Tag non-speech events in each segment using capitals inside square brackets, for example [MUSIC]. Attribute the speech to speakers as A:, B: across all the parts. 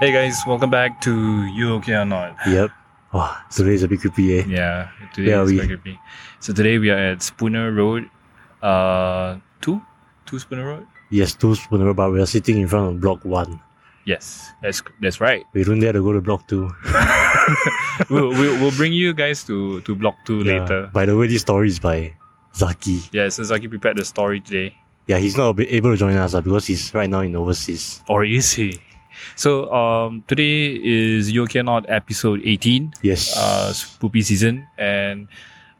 A: Hey guys, welcome back to You Okay or Not?
B: Yep. Wow, today is a eh? big PA.
A: Yeah, today
B: Where are
A: is
B: we?
A: going to be. So today we are at Spooner Road, uh, two, two Spooner Road.
B: Yes, two spooner, but we are sitting in front of block one.
A: Yes, that's that's
B: [LAUGHS]
A: right.
B: We don't dare to go to block two.
A: we'll, we'll we'll bring you guys to to block two
B: Yeah.
A: later.
B: By the way, this story is by Zaki.
A: Yeah, Sasaki prepared the story today,
B: Yeah, he's not ab- able to join us uh, because he's right now in overseas.
A: or is he? So um, today is You Okay or Not episode eighteen.
B: Yes.
A: uh, spoopy season and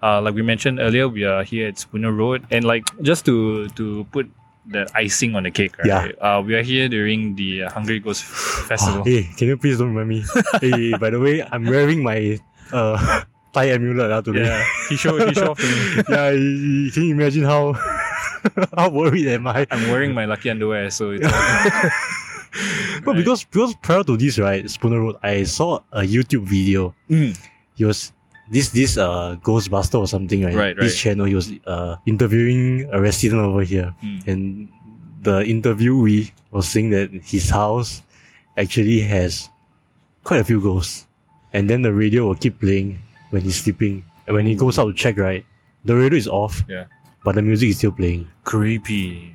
A: uh, like we mentioned earlier we are here at spooner road and like just to to put the icing on the cake right?
B: Yeah.
A: uh, we are here during the uh, hungry ghost festival
B: [GASPS] hey, eh, can you please don't
A: [LAUGHS]
B: remind me? hey, by the way, I'm wearing my uh, [LAUGHS] Thai amulet uh, today.
A: yeah he showed he showed off to me
B: [LAUGHS] yeah, y- y- can you imagine how [LAUGHS] how worried am I?
A: i'm wearing my lucky underwear so it's
B: [LAUGHS]
A: Right.
B: But because because prior to this, right, Spooner Road, I saw a YouTube video
A: Mm,
B: he was this this uh Ghostbuster or something, right?
A: Right,
B: This
A: right.
B: channel he was uh interviewing a resident over here,
A: mm.
B: and the interviewee was saying that his house actually has quite a few ghosts, and then the radio will keep playing when he's sleeping, and when he goes out to check, right, the radio is off,
A: Yeah.
B: but the music is still playing.
A: creepy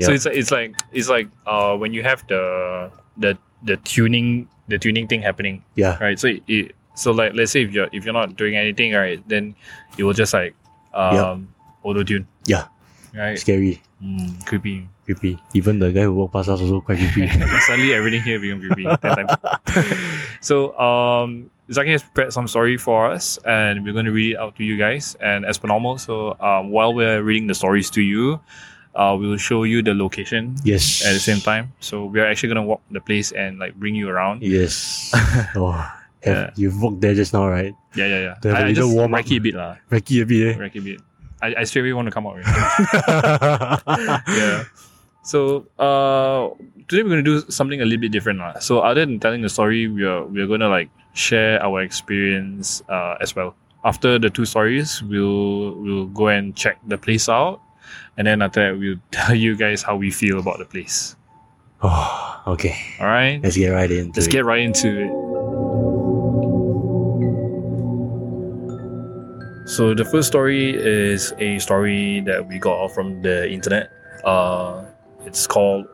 B: Yeah.
A: so it's it's like it's like uh when you have the the the tuning the tuning thing happening
B: Yeah,
A: right? So it, it- so like let's say if you're if you're not doing anything, right, then it will just like um auto tune.
B: Yeah.
A: Right.
B: scary,
A: Mm, creepy.
B: creepy. Even the guy who walked past us also quite creepy.
A: [LAUGHS] Suddenly everything here become creepy. that
B: [LAUGHS]
A: time. so um Zaki has prepared some story for us and we're gonna read it out to you guys and as per normal, so um while we're reading the stories to you, uh we will show you the location
B: yes.
A: at the same time. So we are actually gonna walk the place and like bring you around. [LAUGHS]
B: Yes. oh, have,
A: Yeah.
B: you've walked there just now, right?
A: Yeah, yeah, yeah.
B: To have a
A: I, I
B: little
A: just
B: warm up.
A: recce a bit lah.
B: Ricky a bit. Eh?
A: Recce a bit. I, I straight away want to come out already.
B: [LAUGHS] yeah.
A: yeah. So uh, today we're gonna do something a little bit different, lah. So other than telling the story, we are we are gonna like share our experience uh, as well. After the two stories, we'll we'll go and check the place out, and then after that, we'll [LAUGHS] tell you guys how we feel about the place.
B: Oh, okay.
A: All right,
B: Let's get right into
A: let's
B: it.
A: get right into it. So the first story is a story that we got off from the internet. Uh, it's called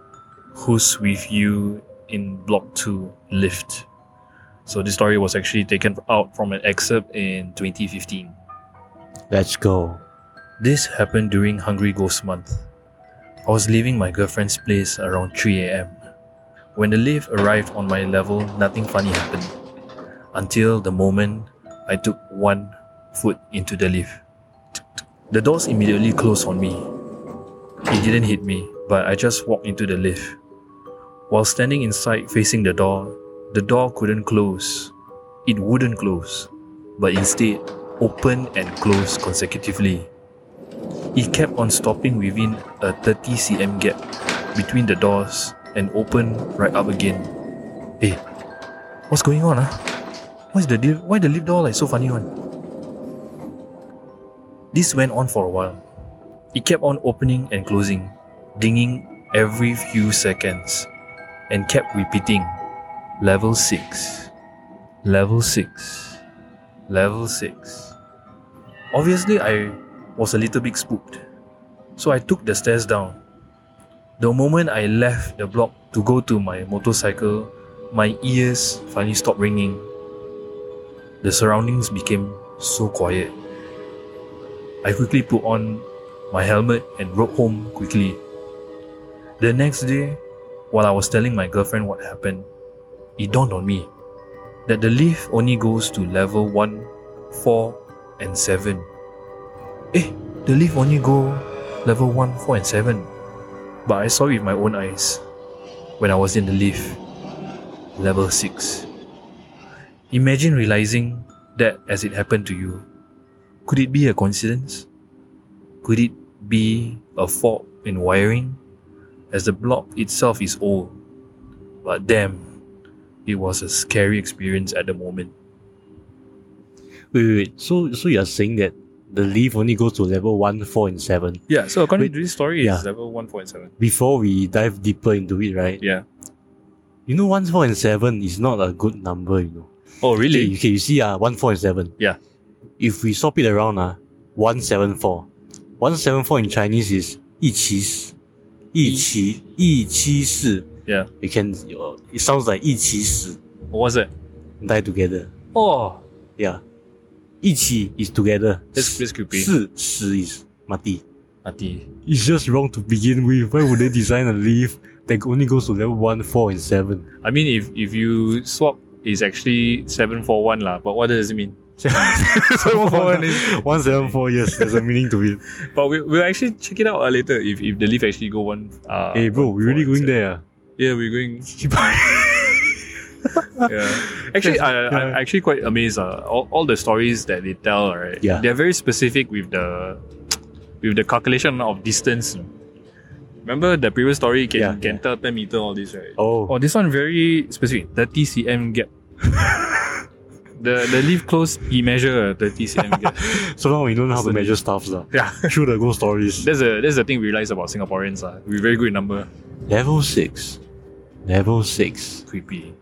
A: "Who's with You in Block Two Lift." So this story was actually taken out from an excerpt in 2015.
B: Let's go.
A: This happened during Hungry Ghost Month. I was leaving my girlfriend's place around 3 am. When the lift arrived on my level, nothing funny happened. Until the moment I took one foot into the lift. The doors immediately closed on me. It didn't hit me, but I just walked into the lift. While standing inside facing the door, the door couldn't close. It wouldn't close, but instead opened and closed consecutively. It kept on stopping within a 30 cm gap between the doors and opened right up again. Hey, what's going on? Ah, why is the lift, why the lift door like so funny one? This went on for a while. It kept on opening and closing, dinging every few seconds, and kept repeating, level six, level six, level six. Obviously, I was a little bit spooked. So I took the stairs down. The moment I left the block to go to my motorcycle, my ears finally stopped ringing. The surroundings became so quiet. I quickly put on my helmet and rode home quickly. The next day, while I was telling my girlfriend what happened, it dawned on me that the lift only goes to level 1, 4, and 7. Eh, the lift only go level 1, 4 and 7. But I saw with my own eyes when I was in the lift. Level 6. Imagine realizing that as it happened to you. Could it be a coincidence? Could it be a fault in wiring? As the block itself is old. But damn, it was a scary experience at the moment.
B: Wait, wait, wait. So, so you're saying that the leaf only goes to level 1, 4, and 7.
A: Yeah, so according
B: Wait,
A: to this story,
B: yeah.
A: it's level 1.7.
B: Before we dive deeper into it, right?
A: Yeah.
B: You know, one, four, and seven is not a good number, you know.
A: Oh,
B: Okay,
A: really?
B: you- okay, you see, uh, one, four, and seven.
A: Yeah.
B: If we swap it around, uh, one, seven, four. One, seven, four in Chinese is 一七四.一七-一七四.
A: Yeah.
B: You can, it sounds like 一七四.
A: What was that?
B: Die together.
A: Oh,
B: Yeah. 一起 is together.
A: that's, that's creepy.
B: 四十 is mati.
A: Mati.
B: It's just wrong to begin with. Why would they design a leaf that only goes to level 1, 4, and
A: [LAUGHS]
B: 7?
A: I mean, if if you swap, it's actually seven four one lah. But what does it mean?
B: 741 is [LAUGHS] 174, yes, there's a meaning
A: [LAUGHS]
B: to it.
A: But we we'll actually check it out uh, later if, if the leaf actually go one. Uh,
B: Hey, bro,
A: one
B: we really
A: four
B: going
A: and
B: there? ah?
A: seven. Yeah, we're [LAUGHS] going. Yeah. Actually, I, I, I'm
B: yeah.
A: actually quite amazed. Uh, all, all the stories that they tell, right?
B: Yeah.
A: They're very specific with the with the calculation of distance. you know. Remember the previous story can
B: Yeah,
A: can tell 10 meter all this, right?
B: Oh,
A: Oh, this one very specific. 30 cm
B: [LAUGHS]
A: gap. the the leaf close, he measure a 30 cm
B: [LAUGHS]
A: gap.
B: so now we know how to
A: Listen.
B: measure stuff. lah.
A: Yeah.
B: Through the ghost stories.
A: That's the that's the thing we realize about Singaporeans. Uh. We're very good in number.
B: Level 6. Level 6.
A: Creepy.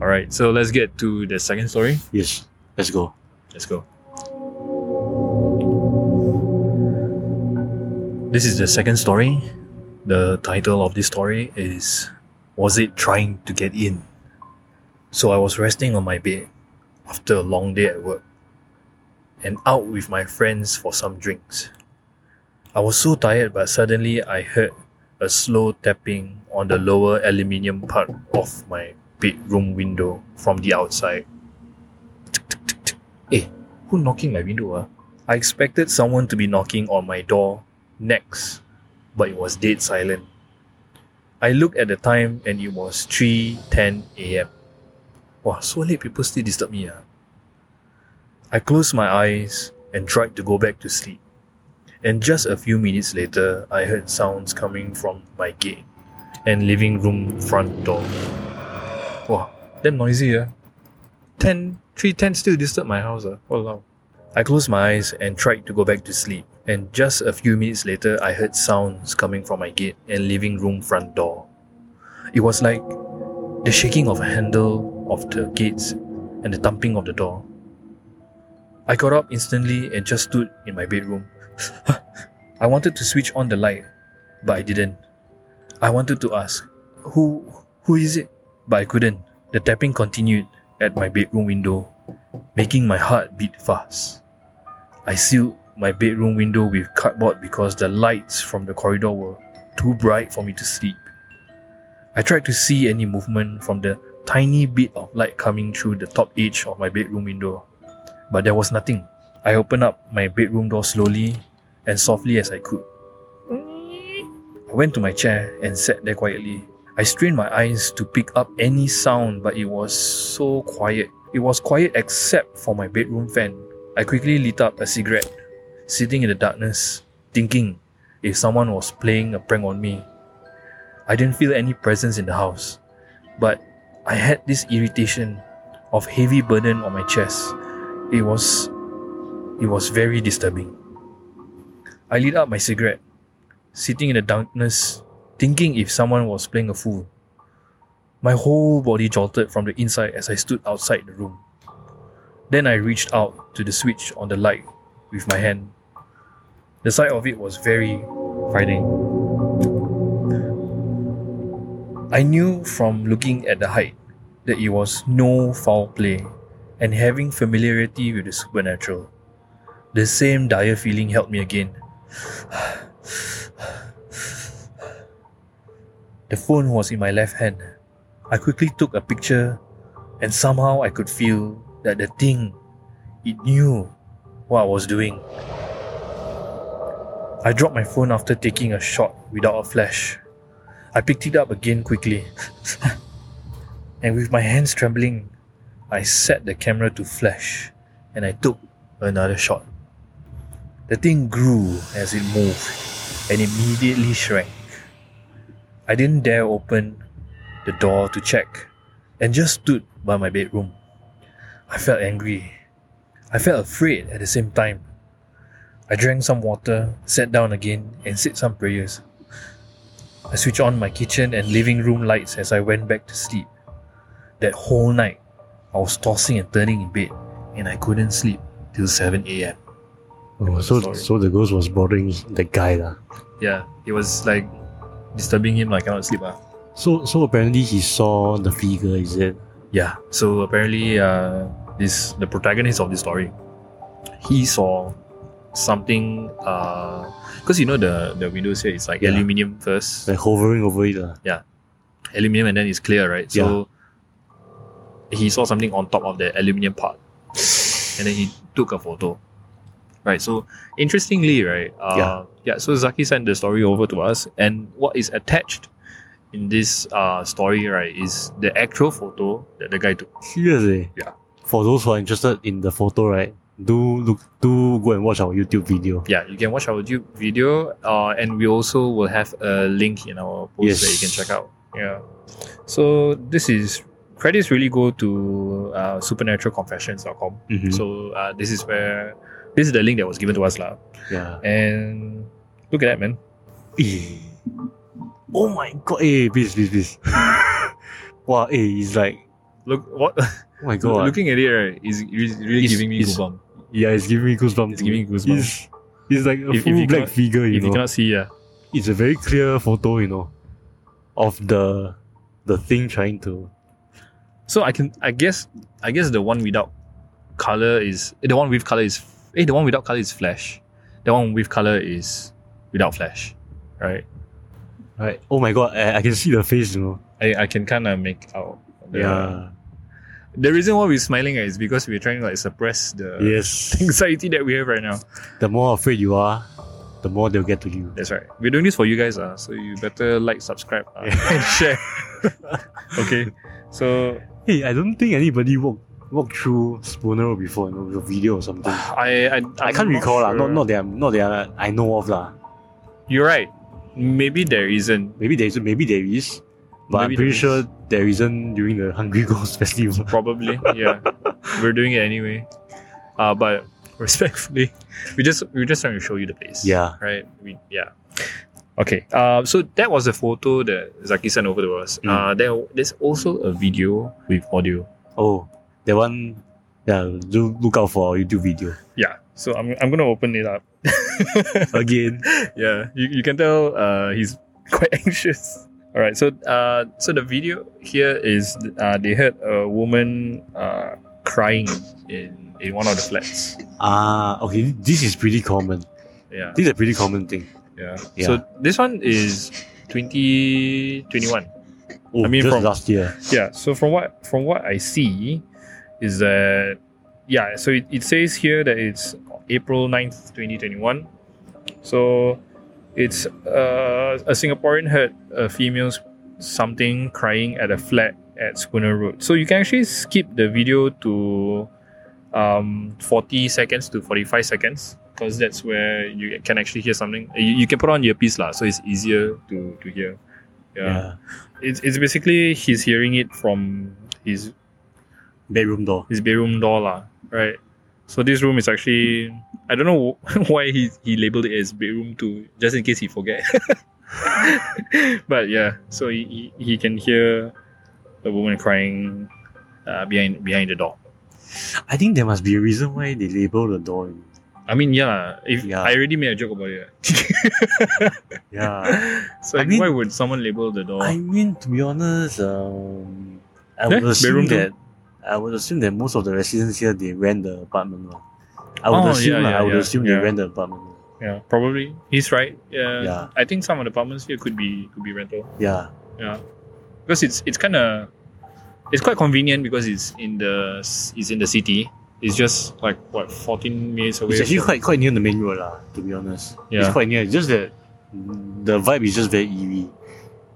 A: Alright, so let's get to the second story.
B: Yes, let's go.
A: Let's go. This is the second story. The title of this story is Was It Trying to Get In? So I was resting on my bed after a long day at work and out with my friends for some drinks. I was so tired, but suddenly I heard a slow tapping on the lower aluminium part of my bedroom window from the outside. Eh, who knocking my window? Ah? I expected someone to be knocking on my door next, but it was dead silent. I looked at the time and it was 3.10 a.m. Wow, so late people still disturb me. Ah. I closed my eyes and tried to go back to sleep. And just a few minutes later, I heard sounds coming from my gate and living room front door. Wow, damn noisy. Ah. 10, 310 still disturb my house. Uh. Walao. I closed my eyes and tried to go back to sleep. And just a few minutes later, I heard sounds coming from my gate and living room front door. It was like the shaking of a handle of the gates and the thumping of the door. I got up instantly and just stood in my bedroom. [SIGHS] I wanted to switch on the light, but I didn't. I wanted to ask, who who is it? But I couldn't. The tapping continued at my bedroom window, making my heart beat fast. I sealed my bedroom window with cardboard because the lights from the corridor were too bright for me to sleep. I tried to see any movement from the tiny bit of light coming through the top edge of my bedroom window, but there was nothing. I opened up my bedroom door slowly and softly as I could. I went to my chair and sat there quietly. I strained my eyes to pick up any sound, but it was so quiet. It was quiet except for my bedroom fan. I quickly lit up a cigarette, sitting in the darkness, thinking if someone was playing a prank on me. I didn't feel any presence in the house, but I had this irritation of heavy burden on my chest. It was it was very disturbing. I lit up my cigarette, sitting in the darkness, thinking if someone was playing a fool. My whole body jolted from the inside as I stood outside the room. Then I reached out to the switch on the light with my hand. The sight of it was very frightening. I knew from looking at the height that it was no foul play and having familiarity with the supernatural. The same dire feeling held me again. The phone was in my left hand. I quickly took a picture, and somehow I could feel that the thing, it knew what I was doing. I dropped my phone after taking a shot without a flash. I picked it up again quickly, [LAUGHS] and with my hands trembling, I set the camera to flash and I took another shot. The thing grew as it moved and immediately shrank. I didn't dare open the door to check and just stood by my bedroom. I felt angry. I felt afraid at the same time. I drank some water, sat down again, and said some prayers. I switched on my kitchen and living room lights as I went back to sleep. That whole night, I was tossing and turning in bed, and I couldn't sleep till 7 am.
B: Oh, so
A: Sorry.
B: so the ghost was bothering the guy ah. lah.
A: Yeah, it was like disturbing him, like I cannot sleep. Ah.
B: So so apparently he saw the figure. Is it?
A: Yeah. So apparently, uh, this the protagonist of this story, he saw something. Because you know the the windows here is like
B: Yeah.
A: aluminium first,
B: Like hovering over it ah. lah.
A: aluminium, and then it's clear, right? So he saw something on top of the aluminium part, and then he took a photo. Right. So interestingly, right? Uh,
B: Yeah.
A: Yeah. So Zaki sent the story over to us, and what is attached. In this uh, story, right, is the actual photo that the guy took.
B: Seriously.
A: Yeah.
B: For those who are interested in the photo, right? Do look. Do go and watch our YouTube video.
A: yeah, you can watch our YouTube video, uh, and we also will have a link in our post
B: Yes.
A: that you can check out. Yeah. So this is credits really go to uh, supernaturalconfessions.com.
B: Mhm.
A: So uh, this is where this is the link that was given to us, lah.
B: yeah.
A: And look at that, man.
B: Eh. Oh my god! Eh, please, please, please. [LAUGHS] wow, eh, it's like.
A: Look what
B: Oh
A: [LAUGHS]
B: my god.
A: looking at it right is is really
B: It's-
A: giving me
B: it's-
A: goosebumps.
B: yeah, it's giving me goosebumps.
A: It's giving me goosebumps.
B: It's, it's like a
A: If- if
B: full
A: you
B: black
A: cannot-
B: figure, you
A: if you
B: know.
A: cannot see, yeah,
B: It's a very clear photo, you know, of the the thing trying to.
A: So I can I guess I guess the one without color is eh, the one with color is eh, the one without color is flash. The one with color is without flash, right?
B: Right. Oh my god! I, I can see the face, you know.
A: I, I can kind of make out. the-
B: Yeah.
A: The reason why we're smiling is because we're trying to like suppress the [LAUGHS]
B: yes.
A: anxiety that we have right now.
B: The more afraid you are, the more they'll get to you.
A: That's right. We're doing this for you guys, uh, so you better like, subscribe, uh, and share.
B: [LAUGHS]
A: okay. So
B: Hey, I don't think anybody walked walked through Spooner Road before, you know, with a video or something.
A: I I,
B: I
A: I'm
B: can't recall lah.
A: sure.
B: Not not that I'm, not that I I know of lah.
A: You're right. Maybe there isn't.
B: Maybe there is. Maybe there is. But
A: Maybe
B: I'm pretty
A: there
B: sure
A: is.
B: there isn't during the Hungry [LAUGHS] Ghost Festival.
A: probably yeah we're doing it anyway uh but respectfully we just we're just trying to show you the place
B: Yeah.
A: right we yeah okay uh so that was the photo that zaki sent over to us
B: Mm.
A: uh there there's also a video with audio
B: Oh, that one. Yeah, do look out for our YouTube video
A: yeah so i'm, I'm gonna open it up
B: again.
A: [LAUGHS]
B: [LAUGHS]
A: yeah you, you can tell uh he's quite [LAUGHS] anxious all right so uh so the video here is uh they heard a woman uh crying in in one of the flats
B: Ah, okay. This is pretty common.
A: yeah
B: This is a pretty common thing.
A: Yeah.
B: Yeah.
A: So this one is 2021.
B: Oh,
A: I mean,
B: just
A: from-
B: last year.
A: Yeah. So from what from what I see is that yeah, so it, it says here that it's April 9th, 2021. So it's uh, a Singaporean heard a female sp- something crying at a flat at Schooner Road. So you can actually skip the video to um, 40 seconds to 45 seconds because that's where you can actually hear something. You, you can put on earpiece lah, so it's easier to, to hear. yeah
B: Yeah.
A: it's, it's basically he's hearing it from his
B: Bedroom door.
A: his bedroom door lah, right? So this room is actually I don't know [LAUGHS] why he he labeled it as bedroom two just in case he forget. [LAUGHS] but yeah, so he, he, he can hear the woman crying uh, behind behind the door.
B: I think there must be a reason why they label the door. you know.
A: I mean yeah, if
B: Yeah.
A: I already made a joke about it.
B: [LAUGHS]
A: [LAUGHS]
B: Yeah.
A: so
B: I mean-
A: why would someone label the door?
B: I mean, to be honest, um, I
A: Eh,
B: would assume
A: bedroom door?
B: that I would assume that most of the residents here they rent the apartment. lah. I would
A: Oh,
B: assume.
A: yeah,
B: lah, I
A: yeah,
B: would
A: yeah,
B: assume
A: yeah.
B: they rent the apartment.
A: yeah, probably. He's right. Yeah.
B: Yeah.
A: I think some of the apartments here could be could be rental.
B: Yeah.
A: because it's it's kind of it's quite convenient because it's in the it's in the city. It's just like what fourteen minutes away.
B: It's actually
A: from-
B: quite quite near the main road lah, to be honest.
A: Yeah.
B: It's quite near. It's just that the vibe is just very eerie.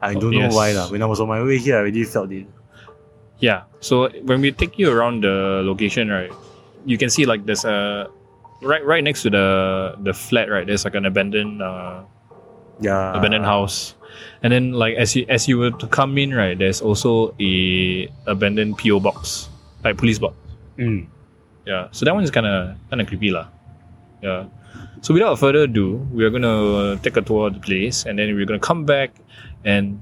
B: I
A: Oh,
B: don't know
A: yes.
B: why lah. When I was on my way here, I already felt it.
A: yeah. So when we take you around the location, right, you can see like there's a right right next to the the flat, right. There's like an abandoned uh,
B: Yeah.
A: abandoned house, and then like as you as you were to come in, right, there's also a abandoned PO box, like police box.
B: Mm.
A: Yeah. So that one is kind of kind of creepy lah. Yeah. So without further ado, we are gonna take a tour of the place, and then we're gonna come back and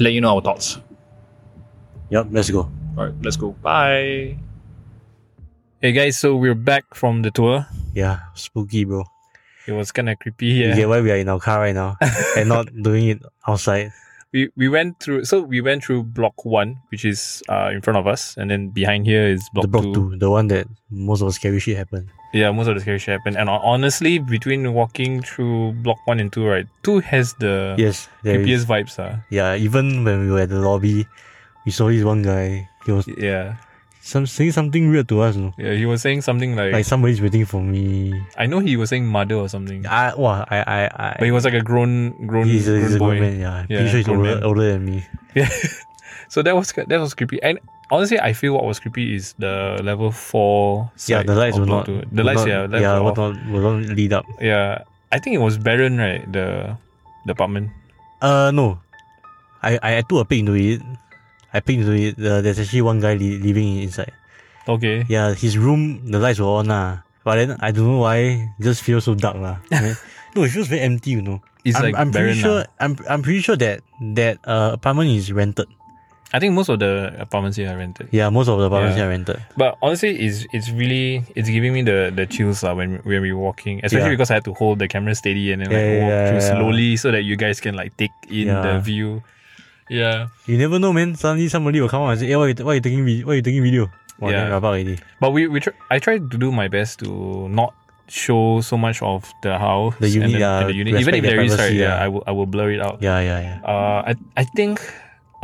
A: let you know our thoughts.
B: Yep, let's go.
A: All right, let's go. Bye. Hey guys, so we're back from the tour.
B: Yeah, spooky, bro.
A: It was kind of creepy here.
B: You get why we are in our car
A: [LAUGHS]
B: right now and not doing it outside.
A: we we went through so we went through block one which is uh in front of us and then behind here is block,
B: the block
A: two.
B: two. the one that most of the scary shit happened.
A: yeah most of the scary shit happened and hon- honestly between walking through block one and two right two has the
B: Yes, there
A: creepiest
B: is.
A: vibes uh.
B: Yeah, even when we were at the lobby, we saw this one guy. He was
A: yeah
B: some saying something weird to us. No?
A: yeah he was saying something like,
B: Like somebody's waiting for me.
A: i know he was saying mother or something
B: I wow, I I I.
A: but he was like a grown grown,
B: he's a,
A: grown
B: he's a
A: boy
B: grown man. Yeah,
A: Yeah,
B: pretty sure he's
A: grown
B: older,
A: man.
B: older than me.
A: [LAUGHS] yeah so that was that was creepy and honestly i feel what was creepy is the level four
B: Yeah,
A: side
B: the lights
A: of
B: were
A: block
B: not.
A: two.
B: were
A: the lights
B: not-
A: yeah the lights
B: yeah,
A: were
B: were
A: off.
B: not were not lead up.
A: Yeah, I think it was Baron, right? The the apartment.
B: Uh, no, I I, I took a peek into it. I peeked into it. Uh, there's actually one guy li- living inside.
A: Okay.
B: Yeah, his room the lights were on lah. But then I don't know why, it just feels so dark
A: [LAUGHS]
B: lah. no, it feels very empty. You know.
A: It's
B: I'm,
A: like
B: I'm
A: Baron.
B: pretty sure.
A: lah.
B: I'm I'm pretty sure that that uh, apartment is rented.
A: I think most of the apartments here are rented.
B: Yeah, most of the apartments
A: Yeah.
B: are rented.
A: But honestly, it's it's really it's giving me the the chills lah when when we were walking, especially
B: Yeah.
A: because I had to hold the camera steady and then like
B: Yeah, yeah,
A: walk
B: yeah,
A: through
B: yeah.
A: slowly so that you guys can like take in the
B: Yeah.
A: view. Yeah.
B: You never know, man. Suddenly somebody will come out and say, "Hey, why you, why you taking video? Why you taking video?" Wow,
A: Yeah.
B: yeah. Rabak already.
A: But we we tr- I tried to do my best to not show so much of the house
B: The unit,
A: and the,
B: yeah,
A: and the unit. even
B: respect
A: if
B: their
A: there is right
B: privacy,
A: yeah.
B: yeah.
A: I will I will blur it out
B: Yeah, yeah, yeah.
A: Uh, I I think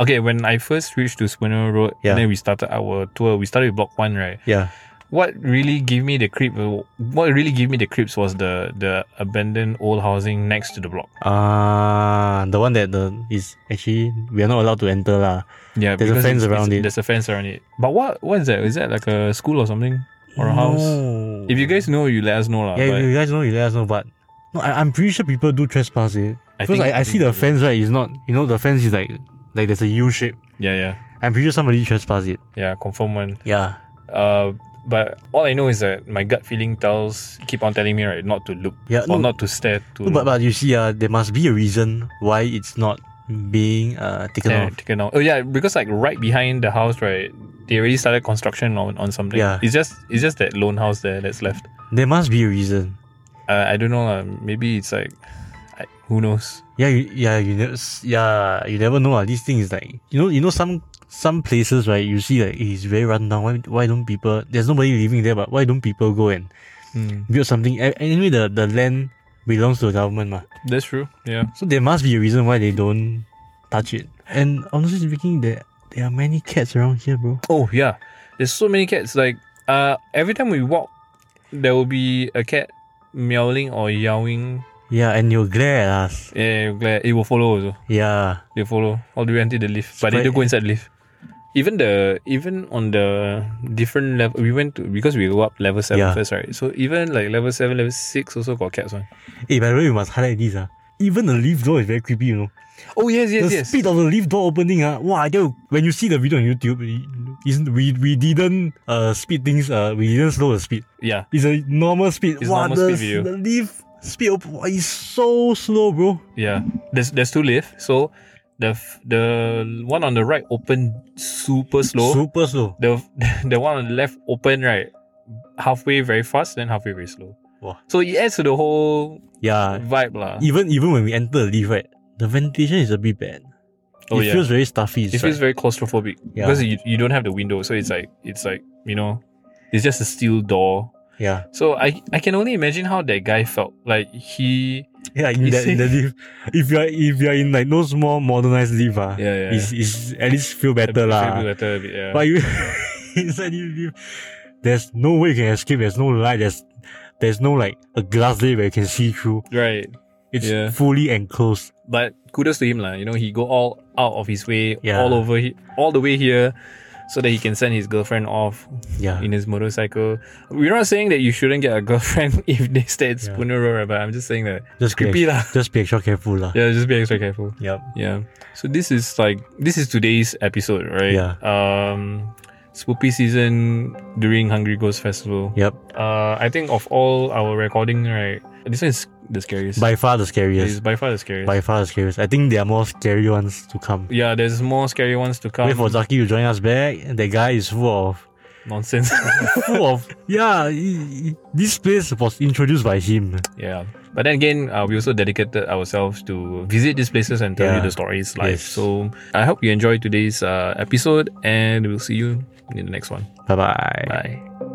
A: okay when I first reached to Spooner Road,
B: Yeah.
A: and then we started our tour. We started with Block One, right?
B: Yeah,
A: What really gave me the creep, what really gave me the creeps was the the abandoned old housing next to the block.
B: ah, the one that the is actually we are not allowed to enter lah.
A: Yeah,
B: There's a
A: because
B: fence
A: it's-
B: around
A: it's-
B: it.
A: There's a fence around it. But what what is that? Is that like a school or something or a house?
B: No.
A: If you guys know, you let us know lah.
B: yeah, if
A: but
B: you guys know, you let us know. But no, I, I'm pretty sure people do trespass it because
A: think-
B: I, I, see the fence right. It's not you know the fence is like like there's a U shape.
A: Yeah, yeah,
B: I'm pretty sure somebody trespass it.
A: yeah. Confirm one.
B: Yeah,
A: Uh, but all I know is that my gut feeling tells keep on telling me right not to look
B: yeah.
A: or
B: no,
A: not to stare to
B: No, but but you see, uh, there must be a reason why it's not being uh taken
A: Yeah,
B: off.
A: taken out. Oh yeah, because like right behind the house, right, they already started construction on, on something.
B: Yeah.
A: It's just it's just that lone house there that's left.
B: There must be a reason.
A: Uh, I don't know. Uh, maybe it's like, I, who knows?
B: Yeah, you, yeah, you never, yeah, you never know. Uh, this thing is like you know, you know some some places right. You see like it's very run down. Why why don't people? There's nobody living there, but why don't people go and
A: Hmm.
B: build something? A- Anyway, the the land belongs to the government, ma.
A: That's true. Yeah.
B: So there must be a reason why they don't touch it. And honestly speaking, there there are many cats around here, bro.
A: Oh yeah. There's so many cats. Like uh, every time we walk, there will be a cat meowing or yowling.
B: Yeah, and you'll glare at us.
A: Yeah, glare. it will follow also.
B: Yeah.
A: They follow all the way until the lift, but they
B: Spread-
A: don't go inside the lift. Even the even on the different level, we went to because we go up level seven
B: Yeah.
A: first, right? So even like level seven, level six also got cats one.
B: Hey, Eh, by the way, we must highlight this. Uh. Even the lift door is very creepy, you know.
A: Oh yes, yes,
B: the
A: yes.
B: speed of the lift door opening, uh, wow, I tell you, when you see the video on YouTube, it- it's- we, we didn't uh, speed things, uh, we didn't slow the speed.
A: Yeah,
B: It's a normal speed.
A: It's
B: wow,
A: normal
B: the,
A: speed video.
B: the lift speed op- wow, is so slow, bro.
A: yeah. There's there's two lift. So the f- the one on the right opened super slow.
B: Super slow.
A: the [LAUGHS] the one on the left open right halfway very fast, then halfway very slow.
B: Wow.
A: So it adds to the whole
B: Yeah,
A: vibe lah.
B: even even when we enter the lift, right, the ventilation is a bit bad.
A: Oh
B: it
A: yeah.
B: feels very stuffy.
A: it feels very claustrophobic
B: Yeah.
A: because you, you don't have the window so it's like it's like you know it's just a steel door [LAUGHS]
B: yeah,
A: so i i can only imagine how that guy felt like he
B: yeah. In
A: You
B: that, in
A: see-
B: the lift, if you're if you're in like those more modernized lift, ah,
A: Yeah, yeah,
B: it's, it's at least feel better
A: feel
B: lah.
A: better a bit, yeah.
B: But you [LAUGHS] inside you live, there's no way you can escape. There's no light. There's there's no like a glass there where you can see through.
A: right
B: It's
A: Yeah.
B: fully enclosed.
A: but kudos to him lah. you know he go all out of his way
B: Yeah.
A: all over he, all the way here so that he can send his girlfriend off
B: Yeah.
A: in his motorcycle we're not saying that you shouldn't get a girlfriend [LAUGHS] if they stay at
B: Yeah.
A: Spooner Road right? but i'm just saying that
B: just
A: creepy
B: be
A: lah.
B: just be extra careful lah.
A: yeah just be extra careful
B: Yep.
A: Yeah. So this is like this is today's episode, right?
B: Yeah.
A: Um spoopy season during Hungry Ghost Festival.
B: Yep.
A: Uh, I think of all our recording, right, this one is the scariest.
B: By far the
A: It's
B: scariest.
A: by far the scariest.
B: By far the scariest. I think there are more scary ones to come.
A: yeah, there's more scary ones to come.
B: Wait for Zaki to join us back. The guy is full of
A: Nonsense. [LAUGHS]
B: full of yeah. he- he- this place was introduced by him.
A: yeah. But then again, uh, we also dedicated ourselves to visit these places and tell you
B: Yeah.
A: the stories live.
B: Yes.
A: So I hope you enjoyed today's uh, episode and we'll see you in the next one.
B: Bye bye.
A: Bye.